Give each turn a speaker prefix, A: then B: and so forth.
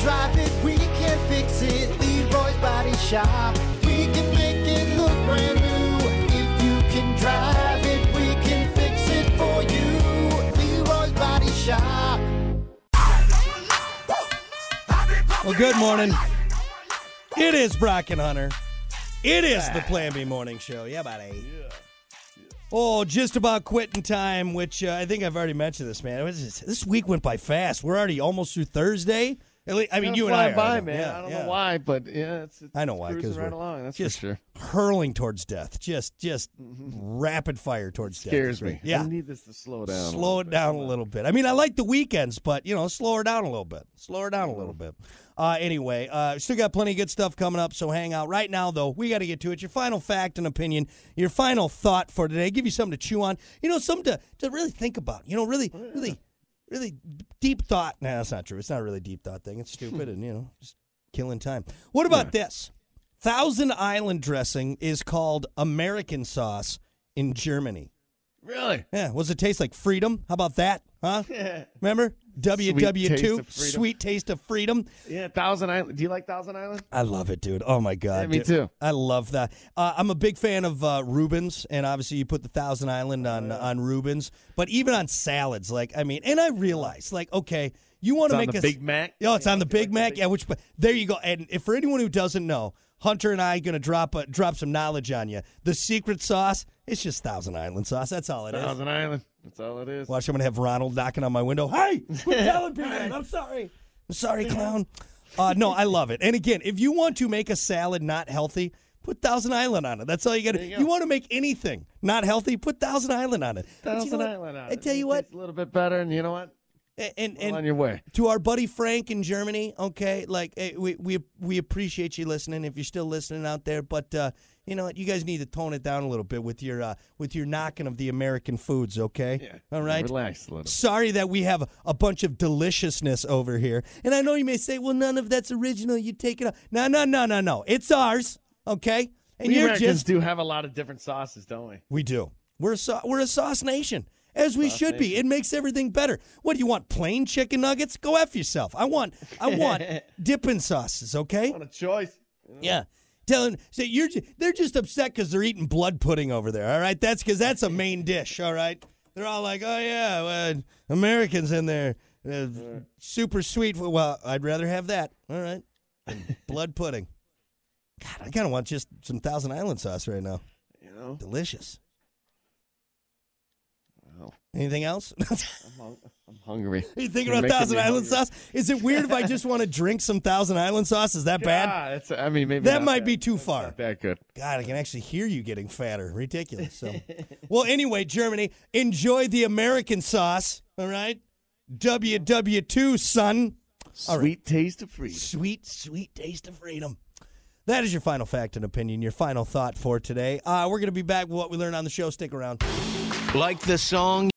A: drive it, we can fix it. Leroy's Body Shop. We can make it look brand new. If you can drive it, we can fix it for you. Leroy's Body Shop.
B: Well, good morning. It is Brock and Hunter. It is the Plan B Morning Show. Yeah, buddy. Oh, just about quitting time, which uh, I think I've already mentioned this, man. It was just- this week went by fast. We're already almost through Thursday. At least, I mean,
C: Kinda
B: you and I
C: flying
B: are.
C: by,
B: know.
C: man.
B: Yeah,
C: I don't
B: yeah.
C: know why, but yeah, it's, it's
B: I know why,
C: Cruising
B: 'cause
C: right
B: we're
C: along. That's
B: just
C: for sure.
B: hurling towards death. Just, just
C: Mm-hmm.
B: rapid fire towards death.
C: Scares me.
B: Yeah.
C: I need this to slow down. a
B: Slow
C: little
B: it
C: bit.
B: down a little bit. I mean, I like the weekends, but you know, slow her down a little bit. Slow her down a
C: Mm.
B: little bit. Uh, anyway, uh, still got plenty of good stuff coming up, so hang out. Right now, though, we got to get to it. Your final fact and opinion, your final thought for today. Give you something to chew on. You know, something to, to really think about. You know,
C: Oh,
B: really, really, really deep thought. Nah, that's not true. It's not a really deep thought thing. It's stupid,
C: Hmm.
B: and you know, just killing time. What about this? Thousand Island dressing is called American sauce in Germany.
C: Really?
B: Yeah, what does it taste like? Freedom? How about that? Huh? Remember
C: taste
B: WW2?
C: of freedom.
B: Sweet taste of freedom.
C: Yeah, Thousand Island. Do you like Thousand Island?
B: I love it, dude. Oh my god.
C: Yeah, me
B: dude.
C: too.
B: I love that. Uh, I'm a big fan of uh, Rubens, and obviously you put the Thousand Island
C: Oh,
B: on on Rubens, but even on salads, like I mean, and I realize, like, okay, you want to
C: It's on
B: make
C: the
B: a
C: Big Mac?
B: Oh, it's on the Big
C: the
B: Mac.
C: Big-
B: yeah, which but there you go. And if for anyone who doesn't know, Hunter and I going to drop a, drop some knowledge on you. The secret sauce, it's just Thousand Island sauce. That's all it is.
C: Thousand Island. That's all it is.
B: Watch, I'm gonna have Ronald knocking on my window. Hey, quit telling people. that. I'm sorry. I'm sorry, clown. Uh, no, I love it. And again, if you want to make a salad not healthy, put Thousand Island on it. That's all you got to. You, want to make anything not healthy, put Thousand Island on it. But you know
C: Thousand
B: what?
C: Island. on
B: I
C: it.
B: tell you
C: It
B: what,
C: tastes a little bit better, and you know what?
B: and and,
C: Well, on
B: and
C: your way.
B: to our buddy Frank in Germany, okay, like eh, we we we appreciate you listening if you're still listening out there, but uh, you know what, you guys need to tone it down a little bit with your uh, with your knocking of the American foods, okay? All right.
C: Relax a little.
B: Sorry that we have a bunch of deliciousness over here. And I know you may say, well, none of that's original. You take it out. No, no, no, no, no. It's ours, okay? And
C: We
B: you're
C: Americans
B: just.
C: do have a lot of different sauces, don't we?
B: We do. We're a, sau- we're a sauce nation, as we should be. It makes everything better. What do you want? Plain chicken nuggets? Go F yourself. I want I want dipping sauces, okay?
C: What a choice.
B: Yeah. Telling so you're ju- they're just upset because they're eating blood pudding over there. All right, that's because that's a main dish. All right, they're all like, oh yeah, well, Americans in there, uh, super sweet. Well, I'd rather have that. All right, than blood pudding. God, I kind of want just some Thousand Island sauce right now.
C: You know,
B: Delicious.
C: Wow.
B: Anything else?
C: I'm, hung- I'm hungry.
B: Are you thinking
C: You're
B: about
C: making
B: Thousand
C: me
B: Island
C: hungry.
B: sauce? Is it weird if I just want to drink some Thousand Island sauce? Is that bad?
C: Ah, that's. I mean, maybe
B: That
C: not
B: might
C: bad.
B: be too
C: That's
B: far.
C: Not that good.
B: God, I can actually hear you getting fatter. Ridiculous. So, well, anyway, Germany, enjoy the American sauce. All right, WW2, son.
C: Sweet taste of freedom.
B: Sweet, sweet taste of freedom. That is your final fact and opinion. Your final thought for today. Uh, we're gonna be back with what we learned on the show. Stick around.
D: Like the song